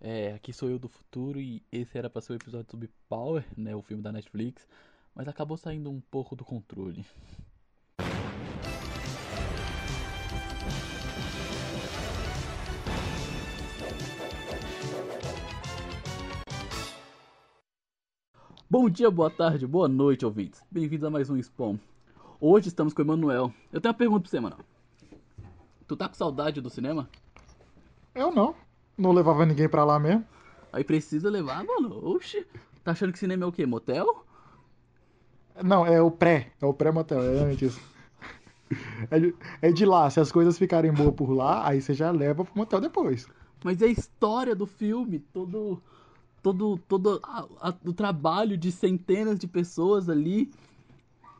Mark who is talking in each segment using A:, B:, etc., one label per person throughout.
A: É, aqui sou eu do futuro e esse era pra ser o episódio sobre Power, né, o filme da Netflix, mas acabou saindo um pouco do controle. Bom dia, boa tarde, boa noite, ouvintes. Bem-vindos a mais um Spawn. Hoje estamos com o Emanuel. Eu tenho uma pergunta pra você, Emanuel. Tu tá com saudade do cinema?
B: Eu não. Não levava ninguém pra lá mesmo.
A: Aí precisa levar, mano. Oxi. Tá achando que cinema é o quê? Motel?
B: Não, é o pré. É o pré-motel, é realmente isso. É de, é de lá. Se as coisas ficarem boas por lá, aí você já leva pro motel depois.
A: Mas é a história do filme, todo todo todo a- a- o trabalho de centenas de pessoas ali.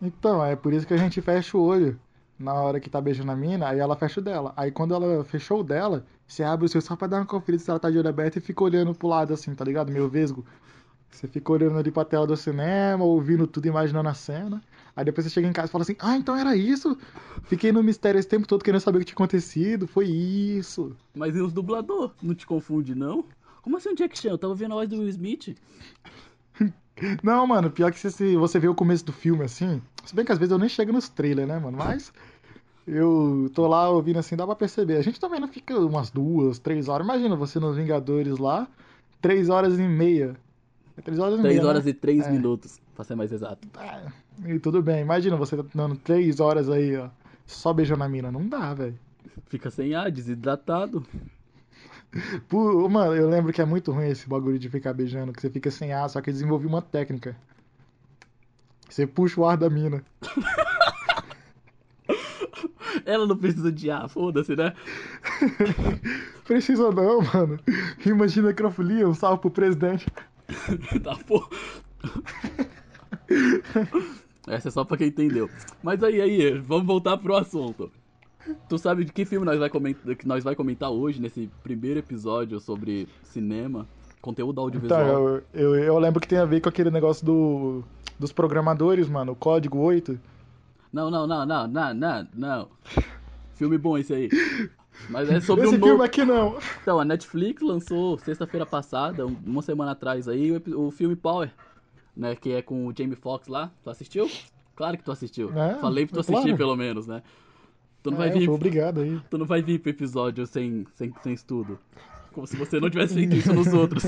B: Então, é por isso que a gente fecha o olho. Na hora que tá beijando a mina, aí ela fecha o dela. Aí quando ela fechou o dela, você abre o seu só pra dar uma conferida se ela tá de olho aberto e fica olhando pro lado assim, tá ligado? Meio vesgo. Você fica olhando ali pra tela do cinema, ouvindo tudo, imaginando a cena. Aí depois você chega em casa e fala assim: Ah, então era isso? Fiquei no mistério esse tempo todo querendo saber o que tinha acontecido. Foi isso.
A: Mas e os dublador? Não te confunde, não? Como assim o Jack Chan? Eu tava vendo a voz do Will Smith.
B: Não, mano, pior que se, se você vê o começo do filme assim. Se bem que às vezes eu nem chego nos trailers, né, mano? Mas eu tô lá ouvindo assim, dá pra perceber. A gente também não fica umas duas, três horas. Imagina você nos Vingadores lá, três horas e meia. É três horas e meia.
A: 3
B: né?
A: horas e 3 minutos, pra ser mais exato.
B: Ah, e tudo bem, imagina você tá dando três horas aí, ó, só beijando a mina. Não dá, velho.
A: Fica sem ar, desidratado.
B: Pu- Mano, eu lembro que é muito ruim esse bagulho de ficar beijando, que você fica sem ar, só que eu desenvolvi uma técnica. Você puxa o ar da mina.
A: Ela não precisa de ar, foda-se, né?
B: Precisa não, mano. Imagina a necrofilia, um salve pro presidente.
A: tá, pô. Essa é só pra quem entendeu. Mas aí, aí, vamos voltar pro assunto. Tu sabe de que filme nós vai comentar, que nós vai comentar hoje, nesse primeiro episódio sobre cinema, conteúdo
B: Então,
A: audiovisual?
B: eu, eu, eu lembro que tem a ver com aquele negócio do, dos programadores, mano, o código 8.
A: Não, não, não, não, não, não, não. Filme bom esse aí. Mas é sobre
B: Esse
A: um
B: filme
A: novo...
B: aqui não.
A: Então, a Netflix lançou sexta-feira passada, um- uma semana atrás aí, o, epi- o filme Power, né? Que é com o Jamie Foxx lá. Tu assistiu? Claro que tu assistiu.
B: É,
A: Falei pra tu
B: é
A: assistir,
B: claro.
A: pelo menos, né? Tu não,
B: É,
A: vai vir,
B: pô, obrigado aí.
A: tu não vai vir pro episódio sem, sem, sem estudo. Como se você não tivesse feito isso nos outros.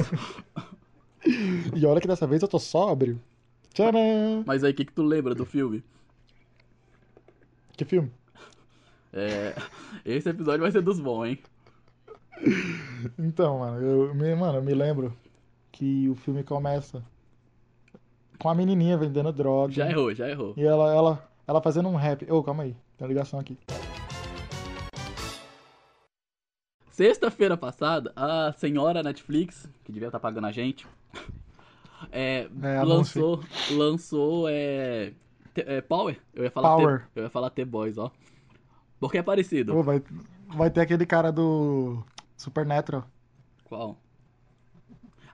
B: E olha que dessa vez eu tô sóbrio. Tcharam!
A: Mas aí, o que, que tu lembra do filme?
B: Que filme?
A: É, esse episódio vai ser dos bons, hein?
B: Então, mano, eu me, mano, eu me lembro que o filme começa com a menininha vendendo droga.
A: Já é. errou, já errou.
B: E ela, ela, ela fazendo um rap. Ô, calma aí, tem uma ligação aqui.
A: Sexta-feira passada, a senhora Netflix, que devia estar pagando a gente, é,
B: É,
A: lançou, lançou é, T- é, Power. Eu ia falar
B: Power.
A: T, eu ia falar T-Boys, ó. Porque é parecido.
B: Ô, vai, vai ter aquele cara do Supernatural.
A: Qual?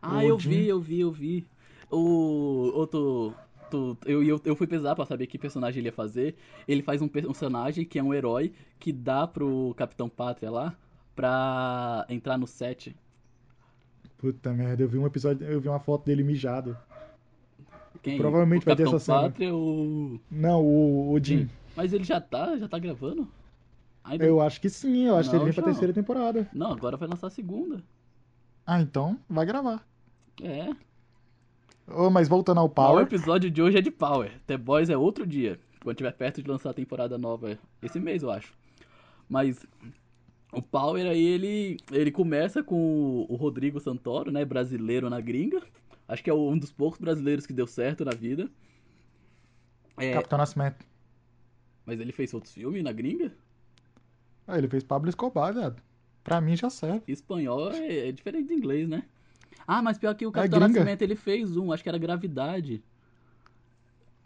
A: Ah,
B: O
A: eu
B: Jim.
A: vi, eu vi, eu vi. O outro. Tu, eu, eu, eu fui pesar pra saber que personagem ele ia fazer. Ele faz um personagem que é um herói que dá pro Capitão Pátria lá pra entrar no set.
B: Puta merda, eu vi um episódio, eu vi uma foto dele mijado.
A: Quem?
B: Provavelmente
A: O
B: vai ter
A: Capitão
B: essa cena.
A: Pátria ou.
B: Não, o, o Jim.
A: Sim. Mas ele já tá, já tá gravando? Ainda
B: Eu acho que sim, eu acho que
A: Não,
B: ele vem pra
A: João.
B: terceira temporada.
A: não, agora vai lançar a segunda.
B: Ah, então vai gravar.
A: É.
B: Ô, mas voltando ao
A: O
B: Power,
A: episódio de hoje é de Power. The Boys é outro dia, quando tiver perto de lançar a temporada nova esse mês, eu acho. Mas o Power aí ele ele começa com o Rodrigo Santoro, né, brasileiro na gringa. Acho que é um dos poucos brasileiros que deu certo na vida. É,
B: Capitão Nascimento.
A: mas ele fez outros filmes na gringa?
B: Ah, ele fez Pablo Escobar, viado. Pra mim já serve.
A: Espanhol é, é diferente de inglês, né? Ah, mas pior que o Capitão
B: É gringa.
A: Nascimento ele fez um, acho que era Gravidade.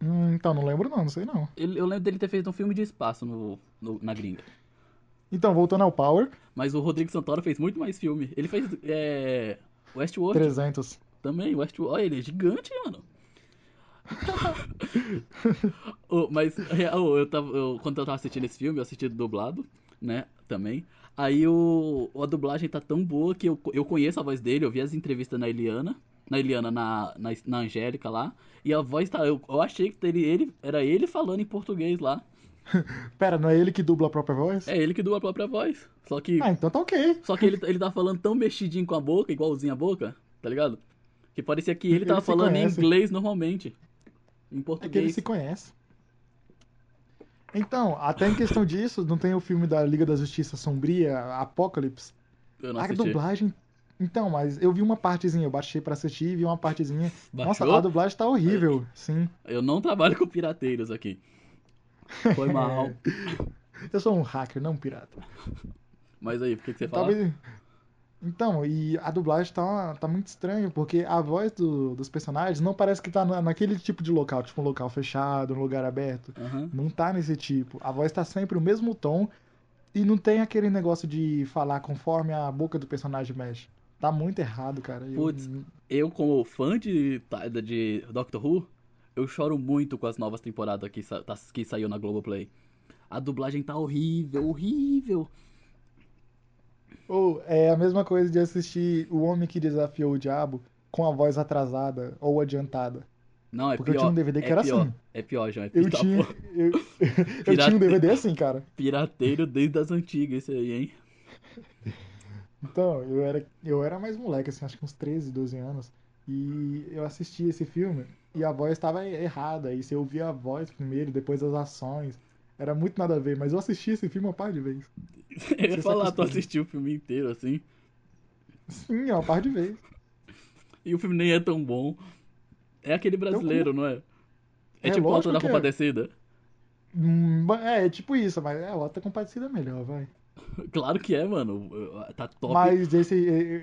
B: Hum, então, não lembro não, não sei não.
A: Ele- eu lembro dele ter feito um filme de espaço no, no- na gringa.
B: Então, voltando ao Power,
A: Mas o Rodrigo Santoro fez muito mais filme. Ele fez é, Westworld
B: 300.
A: também. Westworld, olha, ele é gigante, mano. Ô, mas é, ô, eu tava, eu- quando eu tava assistindo esse filme, eu assisti dublado, né? Também. Aí o, a dublagem tá tão boa que eu, eu conheço a voz dele, eu vi as entrevistas na Eliana, na Eliana, na, na, na Angélica lá, e a voz tá. Eu, eu achei que ele, ele, era ele falando em português lá.
B: Pera, não é ele que dubla a própria voz?
A: É ele que dubla a própria voz. Só que.
B: Ah, então tá ok.
A: Só que ele, ele tá falando tão mexidinho com a boca, igualzinho a boca, tá ligado? Que parecia que ele tava
B: Eles se
A: falando em
B: conhecem.
A: inglês normalmente. Em
B: É que ele
A: português.
B: se conhece. Então, até em questão disso, não tem o filme da Liga da Justiça Sombria, Apocalipse?
A: Eu não
B: a
A: assisti.
B: dublagem. Então, mas eu vi uma partezinha, eu baixei pra assistir e vi uma partezinha. Nossa,
A: Baixou?
B: a dublagem tá horrível, sim.
A: Eu não trabalho com pirateiros aqui. Foi mal.
B: Eu sou um hacker, não um pirata.
A: Mas aí, o que, que você fala?
B: Talvez. Então, e a dublagem tá, tá muito estranho, porque a voz do- dos personagens não parece que tá na- naquele tipo de local, tipo um local fechado, um lugar aberto.
A: Aham.
B: Não tá nesse tipo. A voz tá sempre o mesmo tom e não tem aquele negócio de falar conforme a boca do personagem mexe. Tá muito errado, cara. Eu-
A: Putz. Eu, como fã de, tá, de Doctor Who, eu choro muito com as novas temporadas que, sa- tá- que saiu na Globoplay. A dublagem tá horrível, horrível.
B: Ou é a mesma coisa de assistir O Homem que Desafiou o Diabo com a voz atrasada ou adiantada.
A: Não, é
B: Porque eu
A: pior.
B: tinha um DVD que
A: é
B: era
A: pior.
B: assim.
A: É pior, João. É
B: Eu
A: pita-
B: tinha,
A: pô,
B: eu, eu
A: Pirata-
B: tinha um DVD assim, cara.
A: Pirateiro desde as antigas esse aí, hein?
B: Então, eu era, eu era mais moleque, assim, acho que uns 13, 12 anos. E eu assisti esse filme e a voz estava errada. E você ouvia a voz primeiro, depois as ações. Era muito nada a ver, mas eu assisti esse filme uma par de vezes.
A: Eu
B: Você
A: ia
B: se
A: falar, tu
B: acostuma.
A: assistiu o filme inteiro, assim.
B: Sim, uma par de vezes.
A: E o filme nem é tão bom. É aquele brasileiro, não é? É,
B: Então, É,
A: tipo o Auto
B: lógico
A: da
B: que é.
A: Compadecida.
B: Hum, É, é tipo isso, mas é, o Ota Compadecida é melhor, vai.
A: Claro que é, mano. Tá top.
B: Mas esse,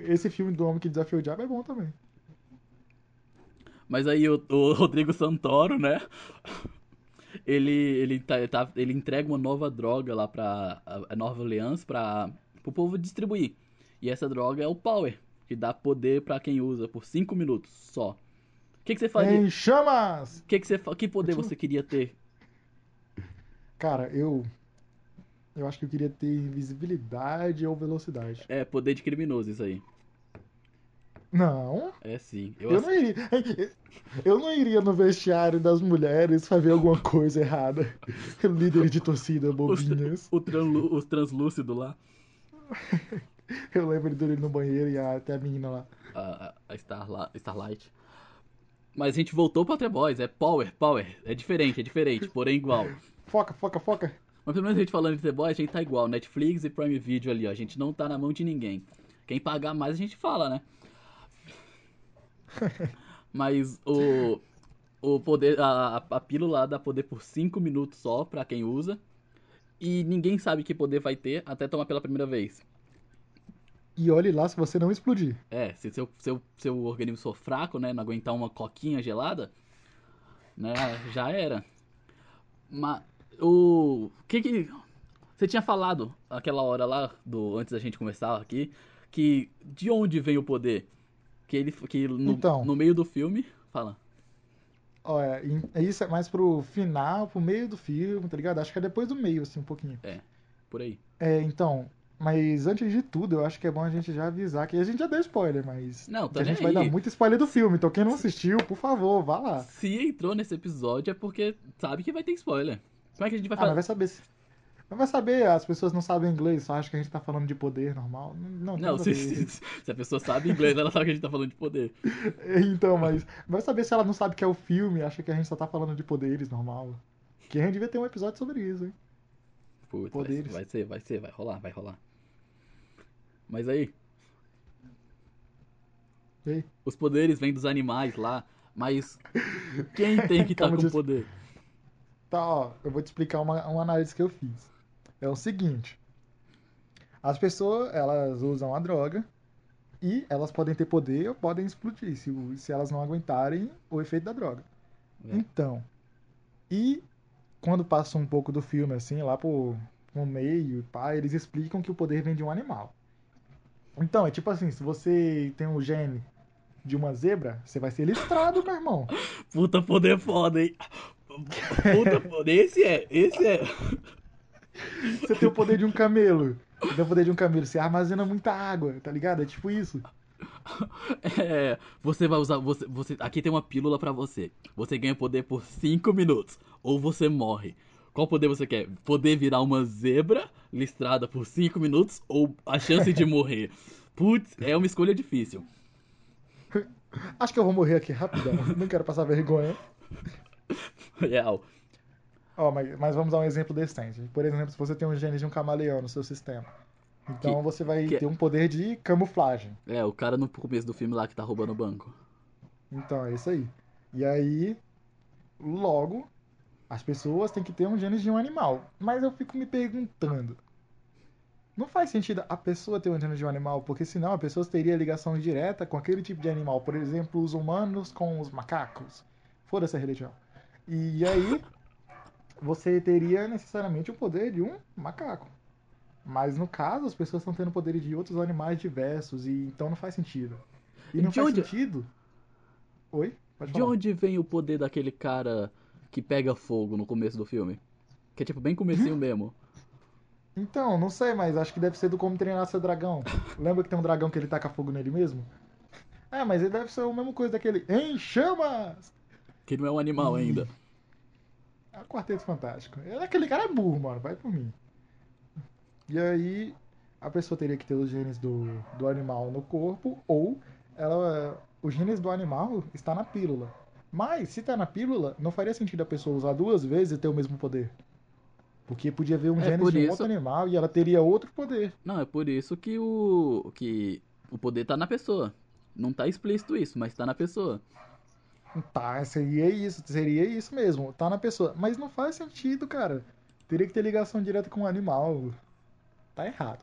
B: esse filme do Homem que Desafiou o Diabo é bom também.
A: Mas aí o, o Rodrigo Santoro, né? Ele, ele, tá, tá- ele entrega uma nova droga lá pra a- a Nova Orleans pra, pro povo distribuir. E essa droga é o Power, que dá poder pra quem usa por 5 minutos só. O que, que você faria?
B: Em chamas!
A: Que, que, você, fa- que poder você queria ter?
B: Cara, eu. Eu acho que eu queria ter invisibilidade ou velocidade.
A: É, poder de criminoso, isso aí.
B: Não,
A: É sim. Eu,
B: eu
A: ass-
B: não iria. Eu não iria no vestiário das mulheres fazer alguma coisa errada. Líder de torcida, bobinhas.
A: o, tranlu- os translúcido lá,
B: Eu lembro dele no banheiro e a- até a menina lá.
A: a, a- a Starla- Starlight. Mas a gente voltou pra The Boys, é Power, Power. É diferente, é diferente, porém igual.
B: Foca, foca, foca.
A: Mas pelo menos a gente falando de The Boys, a gente tá igual. Netflix e Prime Video ali, ó. A gente não tá na mão de ninguém. Quem pagar mais, a gente fala, né? Mas o. O poder. A, a- a pílula dá poder por 5 minutos só pra quem usa. E ninguém sabe que poder vai ter até tomar pela primeira vez.
B: E olhe lá se você não explodir.
A: É, se seu, seu, seu organismo for fraco, né? Não aguentar uma coquinha gelada, né? Já era. Mas o. que que. Você tinha falado aquela hora lá, do, antes da gente começar aqui, que de onde vem o poder? Que ele. Que no,
B: Então.
A: no meio do filme. Fala.
B: Olha, em- isso é mais pro final, pro meio do filme, tá ligado? Acho que é depois do meio, assim, um pouquinho.
A: Por aí.
B: É, então, mas antes de tudo, eu acho que é bom a gente já avisar que a gente já deu spoiler, mas
A: Não,
B: que
A: tá
B: a
A: nem
B: gente vai
A: aí.
B: dar muito spoiler do filme, então quem não assistiu, por favor, vá lá.
A: Se entrou nesse episódio é porque sabe que vai ter spoiler. Como é que a gente vai
B: Ah, não
A: falar?
B: vai saber se... Não vai saber, as pessoas não sabem inglês, só acham que a gente tá falando de poder normal. Não, tem
A: Não,
B: nada a
A: se,
B: ver.
A: se, se a pessoa sabe inglês, ela sabe que a gente tá falando de poder.
B: Então, mas vai saber se ela não sabe que é o filme, acha que a gente só tá falando de poderes normal. Que a gente devia ter um episódio sobre isso, hein?
A: Putz, vai,
B: Poderes.
A: vai ser, vai ser, vai rolar, vai rolar. Mas aí,
B: E aí?
A: os poderes vêm dos animais lá, mas quem tem que estar
B: Calma,
A: com
B: disse-
A: poder?
B: Tá, ó, eu vou te explicar uma, uma análise que eu fiz. É o seguinte: as pessoas elas usam a droga e elas podem ter poder ou podem explodir se, o- se elas não aguentarem o efeito da droga.
A: É.
B: Então, e quando passa um pouco do filme assim, lá pro, pro meio, pá, eles explicam que o poder vem de um animal. Então, é tipo assim: se você tem um gene de uma zebra, você vai ser listrado, meu irmão.
A: Puta poder foda, hein? Puta poder, esse é, esse é.
B: Você tem o poder de um camelo. Ele tem o poder de um camelo, você armazena muita água, tá ligado? É tipo isso.
A: É, você vai usar. Você, você, aqui tem uma pílula pra você. Você ganha poder por 5 minutos. Ou você morre. Qual poder você quer? Poder virar uma zebra listrada por 5 minutos ou a chance de morrer? Putz, é uma escolha difícil.
B: Acho que eu vou morrer aqui rapidão, não quero passar vergonha.
A: Real.
B: Ó, mas, mas vamos dar um exemplo decente. Por exemplo, se você tem um gene de um camaleão no seu sistema. Então
A: Que-
B: você vai
A: que-
B: ter um poder de camuflagem.
A: É, o cara no começo do filme lá que tá roubando o banco.
B: Então é isso aí. E aí, logo, as pessoas têm que ter um gene de um animal. Mas eu fico me perguntando. Não faz sentido a pessoa ter um gene de um animal, porque senão a pessoa teria ligação direta com aquele tipo de animal. Por exemplo, os humanos com os macacos. Foda-se a religião. E aí, você teria necessariamente o poder de um macaco. Mas no caso, as pessoas estão tendo poder de outros animais diversos, e então não faz sentido. E não
A: De
B: faz
A: onde-
B: sentido. Oi? Pode
A: De
B: falar.
A: onde vem o poder daquele cara que pega fogo no começo do filme? Que é tipo bem comecinho mesmo.
B: Então, não sei, mas acho que deve ser do Como Treinar Seu Dragão. Lembra que tem um dragão que ele taca fogo nele mesmo? É, mas ele deve ser a mesma coisa daquele. Em chamas!
A: Que não é um animal
B: Ih.
A: ainda.
B: É um quarteto fantástico. É, Aquele cara é burro, mano. Vai por mim. E aí, a pessoa teria que ter os genes do, do animal no corpo, ou ela. Os genes do animal está na pílula. Mas, se tá na pílula, não faria sentido a pessoa usar duas vezes e ter o mesmo poder. Porque podia ver um
A: É,
B: gene
A: por
B: de um
A: isso-
B: outro animal e ela teria outro poder.
A: Não, é por isso que o. que o poder tá na pessoa. Não tá explícito isso, mas tá na pessoa.
B: Tá, seria isso, seria isso mesmo, tá na pessoa. Mas não faz sentido, cara. Teria que ter ligação direta com o animal. Tá errado.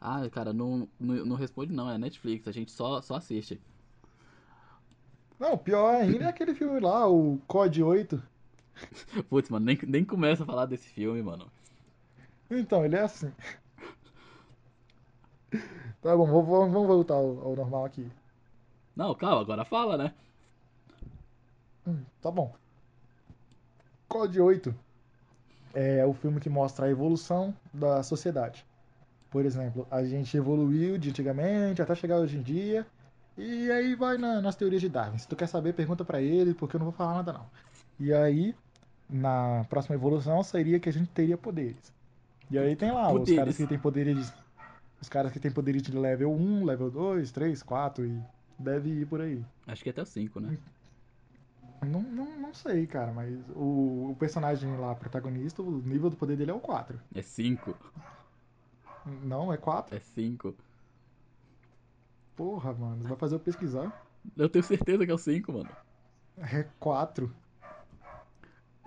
A: Ah, cara, não, não, não responde não, é Netflix, a gente só, só assiste.
B: Não, pior ainda é aquele filme lá, o COD 8.
A: Putz, mano, nem, nem começa a falar desse filme, mano.
B: Então, ele é assim. Tá bom, vou- vou- vamos voltar ao, ao normal aqui.
A: Não, calma, agora fala, né?
B: Hum, tá bom. COD 8 é o filme que mostra a evolução da sociedade. Por exemplo, a gente evoluiu de antigamente até chegar hoje em dia. E aí vai na- nas teorias de Darwin. Se tu quer saber, pergunta pra ele, porque eu não vou falar nada não. E aí, na próxima evolução, seria que a gente teria poderes. E aí tem lá os
A: Poderes.
B: caras que têm poderes. Os caras que têm poderes de level 1, level 2, 3, 4 e deve ir por aí.
A: Acho que é até o 5, né?
B: Não, não, não sei, cara, mas o, o personagem lá, protagonista, o nível do poder dele é o 4.
A: É 5,
B: Não, é 4?
A: é 5.
B: Porra, mano, vai fazer eu pesquisar?
A: Eu tenho certeza que é o 5, mano.
B: É 4.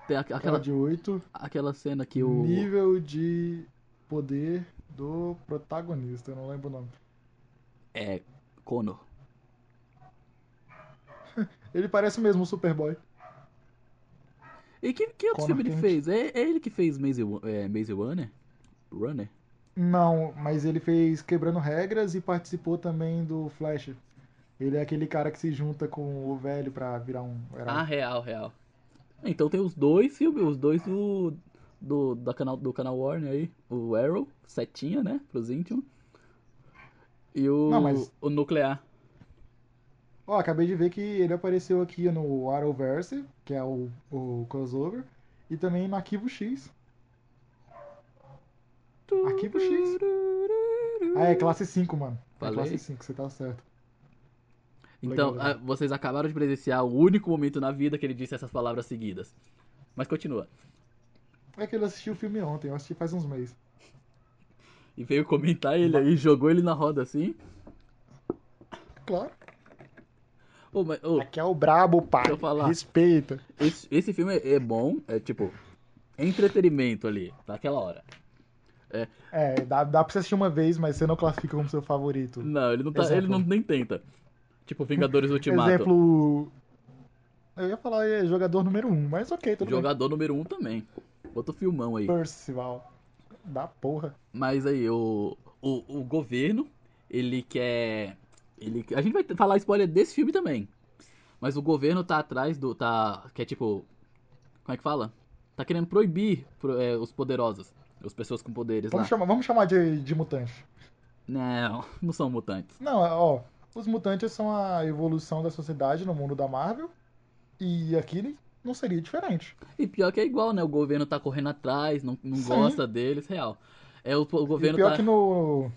A: Tem a- aquela,
B: Aquela de 8.
A: aquela cena que o.
B: Nível de poder do protagonista, eu não lembro o nome.
A: É. Conor.
B: Ele parece mesmo o Superboy.
A: E que, que outro
B: Connor
A: filme ele
B: Kent.
A: fez? É, é ele que fez Maze, Ru- é, Maze Runner? Runner?
B: Não, mas ele fez Quebrando Regras e participou também do Flash. Ele é aquele cara que se junta com o velho pra virar um herói.
A: Ah, real, real. Então tem os dois filmes, os dois do. Do, da canal, do canal Warner aí, o Arrow, setinha, né? Pros íntimos. E o,
B: Não, mas-
A: o Nuclear.
B: Ó, acabei de ver que ele apareceu aqui no Arrowverse, que é o, o crossover, e também no Arquivo X. Arquivo X. Ah, é classe 5, mano. É
A: Falei.
B: classe 5, você tá certo.
A: Então,
B: Legal, legal.
A: ah, vocês acabaram de presenciar o único momento na vida que ele disse essas palavras seguidas. Mas continua.
B: É que ele assistiu o filme ontem, eu assisti faz uns meses.
A: E veio comentar ele aí, jogou ele na roda assim.
B: Claro.
A: Ô, mas, ô,
B: Aqui é o brabo, pai.
A: Deixa eu falar.
B: Respeita.
A: esse, esse filme é é bom, é tipo, entretenimento ali, naquela hora.
B: É, dá, dá pra você assistir uma vez, mas você não classifica como seu favorito.
A: Não, ele não tá, ele
B: Exemplo.
A: não nem tenta. Tipo, Vingadores Ultimato.
B: Exemplo. Eu ia falar é, jogador número 1, um, mas ok, tudo
A: Jogador número um também. Outro filmão aí.
B: bem. Percival. Da porra.
A: Mas aí, o, o, o governo, ele quer. Ele, a gente vai t- falar spoiler desse filme também. Mas o governo tá atrás do. Tá, que é tipo. Como é que fala? Tá querendo proibir pro- é, os poderosos. As pessoas com poderes
B: Vamos
A: lá.
B: chamar, vamos chamar de, de mutante.
A: Não, não são mutantes.
B: Não, é, ó. Os mutantes são a evolução da sociedade no mundo da Marvel. E aqui não seria diferente.
A: E pior que é igual, né? O governo tá correndo atrás, não, não
B: Sim.
A: gosta deles, real. É o, o
B: E
A: governo
B: pior
A: tá.
B: que no,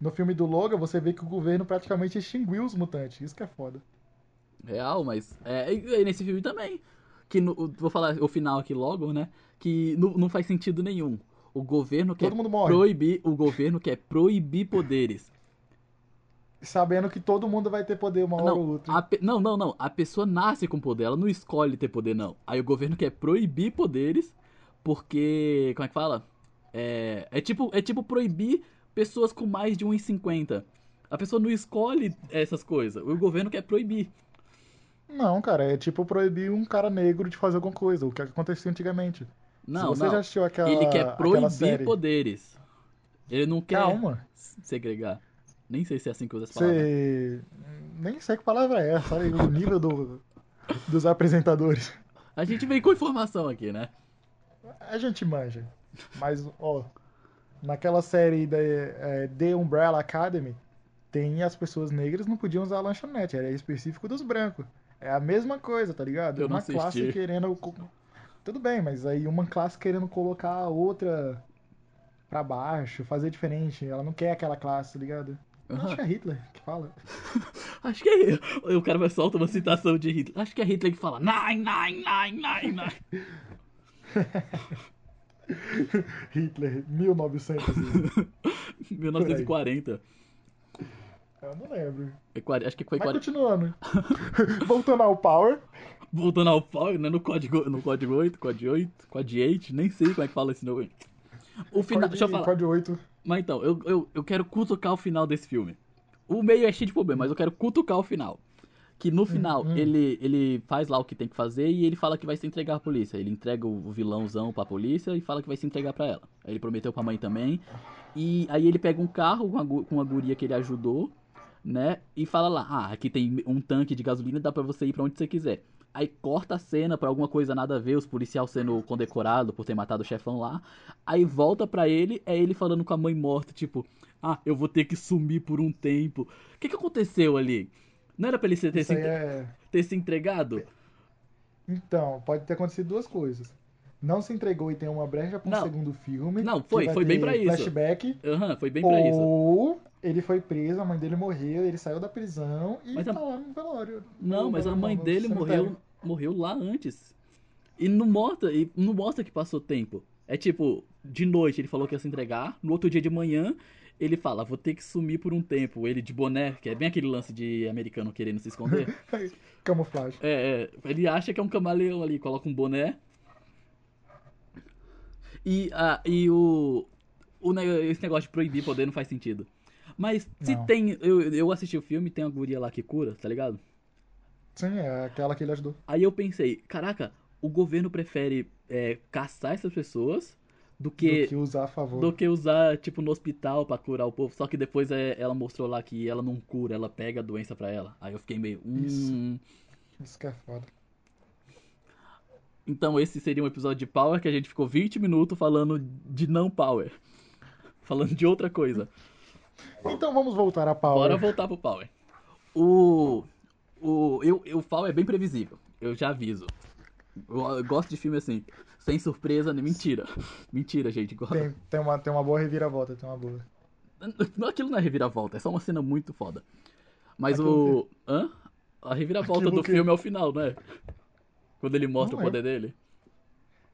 B: no filme do Logan, você vê que o governo praticamente extinguiu os mutantes. Isso que é foda.
A: Real, mas. É, e, e nesse filme também. Que no, o- vou falar o final aqui logo, né? Que nu- não faz sentido nenhum. O governo quer
B: Todo mundo morre.
A: proibir. O governo quer proibir poderes.
B: Sabendo que todo mundo vai ter poder uma hora
A: Não,
B: ou outra.
A: a pe- não, não, não. A pessoa nasce com poder, ela não escolhe ter poder, não. Aí o governo quer proibir poderes, porque. Como é que fala? É, é tipo, é tipo proibir pessoas com mais de 1,50. A pessoa não escolhe essas coisas. O governo quer proibir.
B: Não, cara, é tipo proibir um cara negro de fazer alguma coisa, o que acontecia antigamente.
A: Não,
B: Se você
A: não.
B: já assistiu aquela,
A: Ele
B: aquela
A: quer proibir
B: série,
A: poderes. Ele não quer né?
B: calma,
A: s- segregar. Nem sei se é assim que usa essa palavra.
B: você nem sei que palavra é essa, olha o nível do- dos apresentadores.
A: A gente vem com informação aqui, né?
B: A gente manja, mas ó, naquela série da é, The Umbrella Academy, tem as pessoas negras não podiam usar a lanchonete, era específico dos brancos. É a mesma coisa, tá ligado?
A: Eu não
B: uma classe
A: assisti.
B: querendo. co- Tudo bem, mas aí uma classe querendo colocar a outra pra baixo, fazer diferente. Ela não quer aquela classe, tá ligado? Acho que é Hitler que fala.
A: Acho que é. O cara vai solta uma citação de Hitler. Acho que é Hitler que fala. Nein, nein, nein, nein, nein.
B: Hitler, 1900. e-
A: 1940.
B: Eu não lembro.
A: É quar- Acho que foi
B: Mas
A: 40.
B: continuando. Voltando ao Power.
A: Voltando ao Power, né? No código, no código 8, código 8, código 8, nem sei como é que fala esse nome. O final.
B: Code,
A: Deixa eu falar.
B: code 8.
A: Mas então, eu, eu, eu quero cutucar o final desse filme. O meio é cheio de problema, mas eu quero cutucar o final. Que no final
B: hum.
A: ele, ele faz lá o que tem que fazer e ele fala que vai se entregar à polícia. Ele entrega o vilãozão pra polícia e fala que vai se entregar pra ela. Aí Ele prometeu pra mãe também. E aí ele pega um carro com a, gu- com uma guria que ele ajudou, né? E fala lá: Ah, aqui tem um tanque de gasolina, dá pra você ir pra onde você quiser. Aí corta a cena pra alguma coisa nada a ver, os policial sendo condecorado por ter matado o chefão lá. Aí volta pra ele, é ele falando com a mãe morta, tipo, ah, eu vou ter que sumir por um tempo. O que que aconteceu ali? Não era pra ele se- ter,
B: Isso
A: se,
B: aí é.
A: ter se entregado?
B: Então, pode ter acontecido duas coisas. Não se entregou e tem uma brecha para um
A: Não.
B: segundo filme.
A: Não,
B: que
A: foi-
B: vai
A: foi bem
B: ter
A: pra isso.
B: Flashback.
A: Aham, foi bem pra isso.
B: Ou ele foi preso, a mãe dele morreu, ele saiu da prisão e
A: Mas a-
B: tá lá no velório.
A: Não,
B: No-
A: mas a
B: no-
A: mãe
B: no
A: dele
B: cemitério.
A: morreu, morreu lá antes. E não mostra, e não mostra que passou tempo. É tipo, de noite ele falou que ia se entregar, no outro dia de manhã ele fala, vou ter que sumir por um tempo. Ele de boné, que é bem aquele lance de americano querendo se esconder.
B: Camuflagem.
A: É, é, ele acha que é um camaleão ali, coloca um boné. E, ah, e o, o ne- Esse negócio de proibir poder não faz sentido. Mas se
B: Não.
A: tem. Eu, eu assisti o filme, tem uma guria lá que cura, tá ligado?
B: Sim, é aquela que ele ajudou.
A: Aí eu pensei, caraca, o governo prefere é, caçar essas pessoas do que,
B: Do que usar a favor.
A: do que usar, tipo, no hospital pra curar o povo. Só que depois é, ela mostrou lá que ela não cura, ela pega a doença pra ela. Aí eu fiquei meio. Hum,
B: Isso. Isso que é foda.
A: Então esse seria um episódio de Power que a gente ficou 20 minutos falando de não Power. Falando de outra coisa.
B: Então vamos voltar a Power.
A: Bora voltar pro Power. O. O. Eu, eu, o Power é bem previsível. Eu já aviso. Eu, eu gosto de filme assim. Sem surpresa, nem mentira. Mentira, gente. Go-
B: Tem, tem, uma, tem uma boa reviravolta, tem uma boa.
A: Não, Aquilo não é reviravolta, é só uma cena muito foda. Mas
B: Aquilo
A: o. Hã? A reviravolta
B: Aquilo
A: do
B: que-
A: filme é o final, né? Quando ele mostra
B: Não
A: o
B: é.
A: poder dele.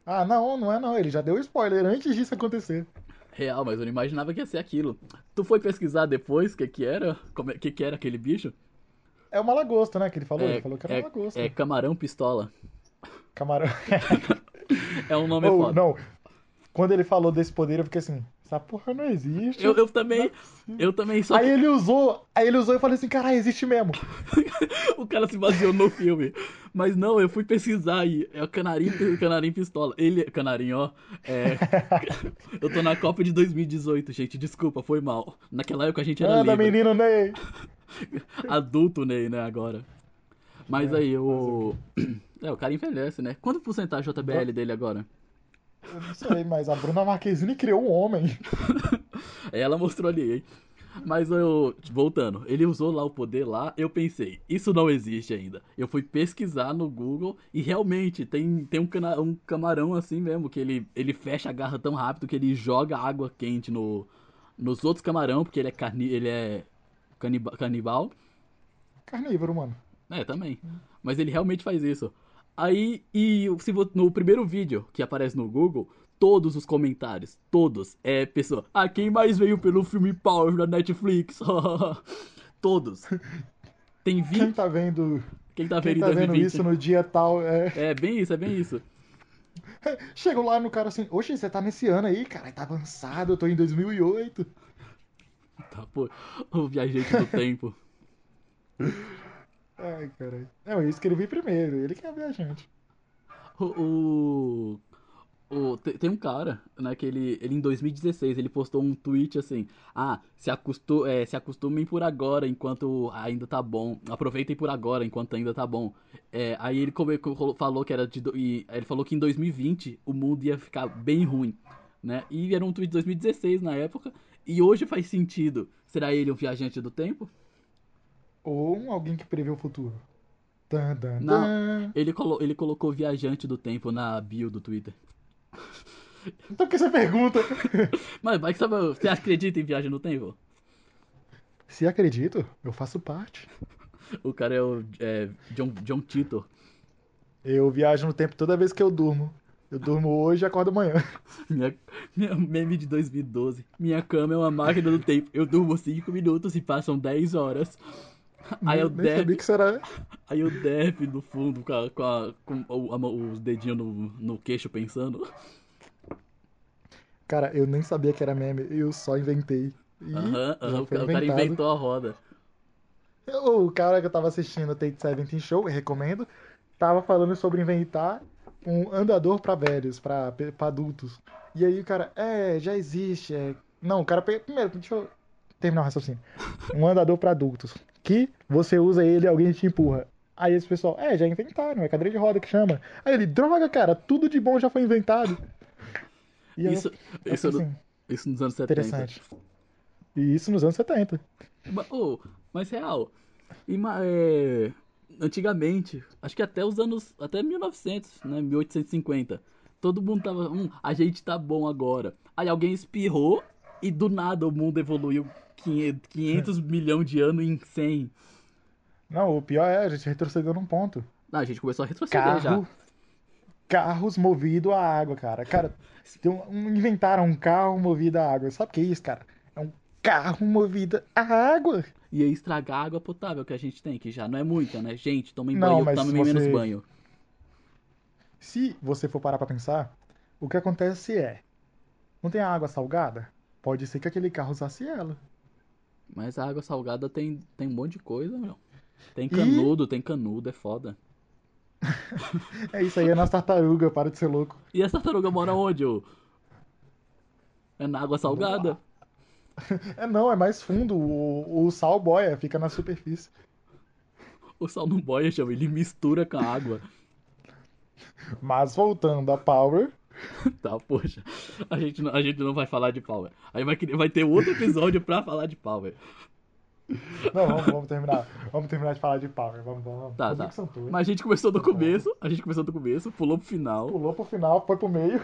B: Ah, não, não é não. Ele já deu spoiler antes disso acontecer.
A: Real, mas eu não imaginava que ia ser aquilo. Tu foi pesquisar depois o que que era? Como é, que que era aquele bicho?
B: É uma lagosta, né? Que ele falou.
A: É,
B: ele falou que era
A: é-
B: uma lagosta.
A: É camarão pistola.
B: Camarão.
A: É um nome
B: Ou,
A: foda.
B: não. Quando ele falou desse poder, eu fiquei assim, essa porra não existe.
A: Eu, eu também, eu também só
B: Aí ele usou, aí ele usou e falei assim, caralho, existe mesmo.
A: o cara se baseou no filme. Mas não, eu fui pesquisar aí. É o canarinho, canarinho pistola. Ele, canarinho, ó. É, eu tô na Copa de 2018, gente. Desculpa, foi mal. Naquela época a gente era
B: Anda,
A: livre.
B: menino né?" Ney.
A: Adulto Ney, né, agora. Mas
B: É,
A: aí, o... É, o cara envelhece, né? Quanto porcentagem JBL dele agora?
B: Eu não sei, mas a Bruna Marquezine criou um homem.
A: Ela mostrou ali, hein? Mas eu, voltando, ele usou lá o poder lá, eu pensei, isso não existe ainda. Eu fui pesquisar no Google e realmente tem, tem um, cana, um camarão assim mesmo, que ele, ele fecha a garra tão rápido que ele joga água quente no, nos outros camarão, porque ele é, carni, ele é caniba, canibal.
B: Carnívoro, mano.
A: É, também. Mas ele realmente faz isso. Aí, e se vo- no primeiro vídeo que aparece no Google, todos os comentários, todos, é pessoa, ah, quem mais veio pelo filme Power da Netflix? todos. Tem 20.
B: Quem tá vendo,
A: Quem tá vendo
B: quem
A: em
B: tá vendo
A: 2020?
B: isso no dia tal, é...
A: É bem isso, é bem isso.
B: Chego lá no cara assim, oxe, você tá nesse ano aí, cara, tá avançado, eu tô em 2008.
A: Tá, pô, o viajante do tempo.
B: Ai, caralho. Não, eu escrevi primeiro, ele que é viajante.
A: O. o, o- te- tem um cara, né, que ele, ele em 2016, ele postou um tweet assim, ah, se, acostu, é, se acostumem por agora enquanto ainda tá bom, aproveitem por agora enquanto ainda tá bom. É, aí ele come- co- falou que era de, do- e- ele falou que em 2020 o mundo ia ficar bem ruim, né, e era um tweet de 2016 na época, e hoje faz sentido. Será ele um viajante do tempo?
B: Ou um alguém que prevê o futuro. Tan, tan,
A: Não.
B: tan.
A: Ele, colo, ele colocou viajante do tempo na bio do Twitter.
B: Então por que você pergunta?
A: Mas vai que sabe, você acredita em viagem no tempo?
B: Se acredito, eu faço parte.
A: O cara é o é, John, John Titor.
B: Eu viajo no tempo toda vez que eu durmo. Eu durmo hoje e acordo amanhã.
A: Minha, minha um meme de 2012. Minha cama é uma máquina do tempo. Eu durmo 5 minutos e passam 10 horas. Aí
B: Nem-
A: o
B: Nem sabia
A: Depp,
B: que isso era.
A: aí o Depp no fundo com, a, com, a, com o- a mão- os dedinhos no, no queixo pensando.
B: Cara, eu nem sabia que era meme, eu só inventei. E
A: Aham,
B: já
A: aham, o
B: foi
A: ca- o cara
B: inventado.
A: inventou a roda.
B: O cara que eu tava assistindo o Tate Seventeen Show, eu recomendo, tava falando sobre inventar um andador pra velhos, pra pra adultos. E aí o cara, é, já existe. é- Não, o cara, pe- primeiro, deixa eu terminar o raciocínio. Um andador pra adultos, que você usa ele e alguém te empurra. Aí esse pessoal, é, já inventaram, é cadeira de roda que chama. Aí ele, droga, cara, tudo de bom já foi inventado. E aí eu
A: Isso,
B: eu
A: isso,
B: fico
A: no-
B: assim,
A: isso nos anos 70.
B: interessante. E isso nos anos 70.
A: Mas, ô, mas real, ima- é, antigamente, acho que até os anos, até 1900, né, 1850, todo mundo tava, hum, a gente tá bom agora. Aí alguém espirrou e do nada o mundo evoluiu 500, 500 milhões de anos em 100.
B: Não, o pior é, a gente retrocedeu num ponto.
A: Ah, a gente começou a retroceder
B: carro,
A: já.
B: carros movidos à água, cara. Cara, tem um- um- inventaram um carro movido à água. Sabe o que é isso, cara? É um carro movido à água.
A: Ia estragar a água potável que a gente tem, que já não é muita, né? Gente, tomem
B: Não,
A: banho,
B: mas
A: tomem
B: você-
A: menos banho.
B: Se você for parar pra pensar, o que acontece é, não tem água salgada? Pode ser que aquele carro usasse ela.
A: Mas a água salgada tem, tem um monte de coisa, meu. Tem
B: E-
A: canudo, tem canudo, é foda.
B: É isso aí, é nas tartarugas, para de ser louco.
A: E essa tartaruga mora onde, ô? É na água salgada?
B: É não, é mais fundo, o, o sal boia, fica na superfície.
A: O sal não boia, chama. Ele mistura com a água.
B: Mas voltando a Power,
A: Tá, poxa. A gente não, a gente não vai falar de Power. Aí vai, querer- vai ter outro episódio pra falar de Power.
B: não, vamos, vamos terminar, vamos terminar de falar de Power, vamos, vamos.
A: Tá,
B: Como é
A: tá.
B: que são todos?
A: Mas a gente começou do começo. A gente começou do começo, pulou pro final.
B: Pulou pro final, foi pro meio.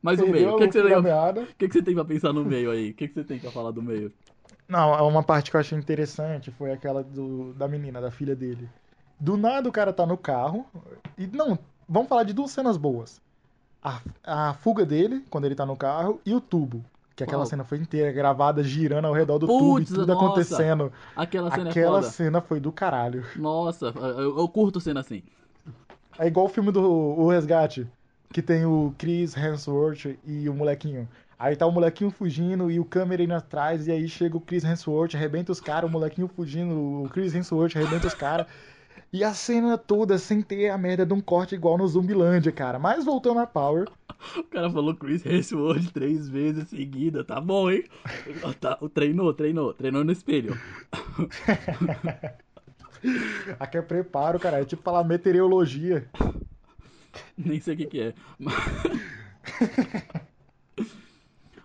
A: Mais um
B: Perdeu
A: meio. O que, é que, você,
B: fio da
A: o
B: meada.
A: que, é que você tem pra pensar no meio aí? O que, é que você tem pra falar do meio?
B: Não, é uma parte que eu achei interessante foi aquela do, da menina, da filha dele. Do nada o cara tá no carro. E não, vamos falar de duas cenas boas. A, a fuga dele, quando ele tá no carro, e o tubo. Que aquela
A: Qual?
B: cena foi inteira gravada, girando ao redor do tubo e
A: Putz,
B: tudo
A: nossa.
B: acontecendo.
A: Aquela cena
B: Aquela
A: é foda.
B: cena foi do caralho.
A: Nossa, eu, eu curto cena assim.
B: É igual o filme do O Resgate, que tem o Chris Hemsworth e o molequinho. Aí tá o molequinho fugindo e o câmera indo atrás, e aí chega o Chris Hemsworth, arrebenta os caras, o molequinho fugindo, o Chris Hemsworth arrebenta os caras. E a cena toda sem ter a merda de um corte igual no Zumbilândia, cara. Mas voltando a Power,
A: O cara falou Chris Hemsworth três vezes seguida, tá bom, hein? Tá, treinou, treinou, treinou no espelho.
B: aqui é preparo, cara. É tipo falar meteorologia.
A: Nem sei o que que é. Mas,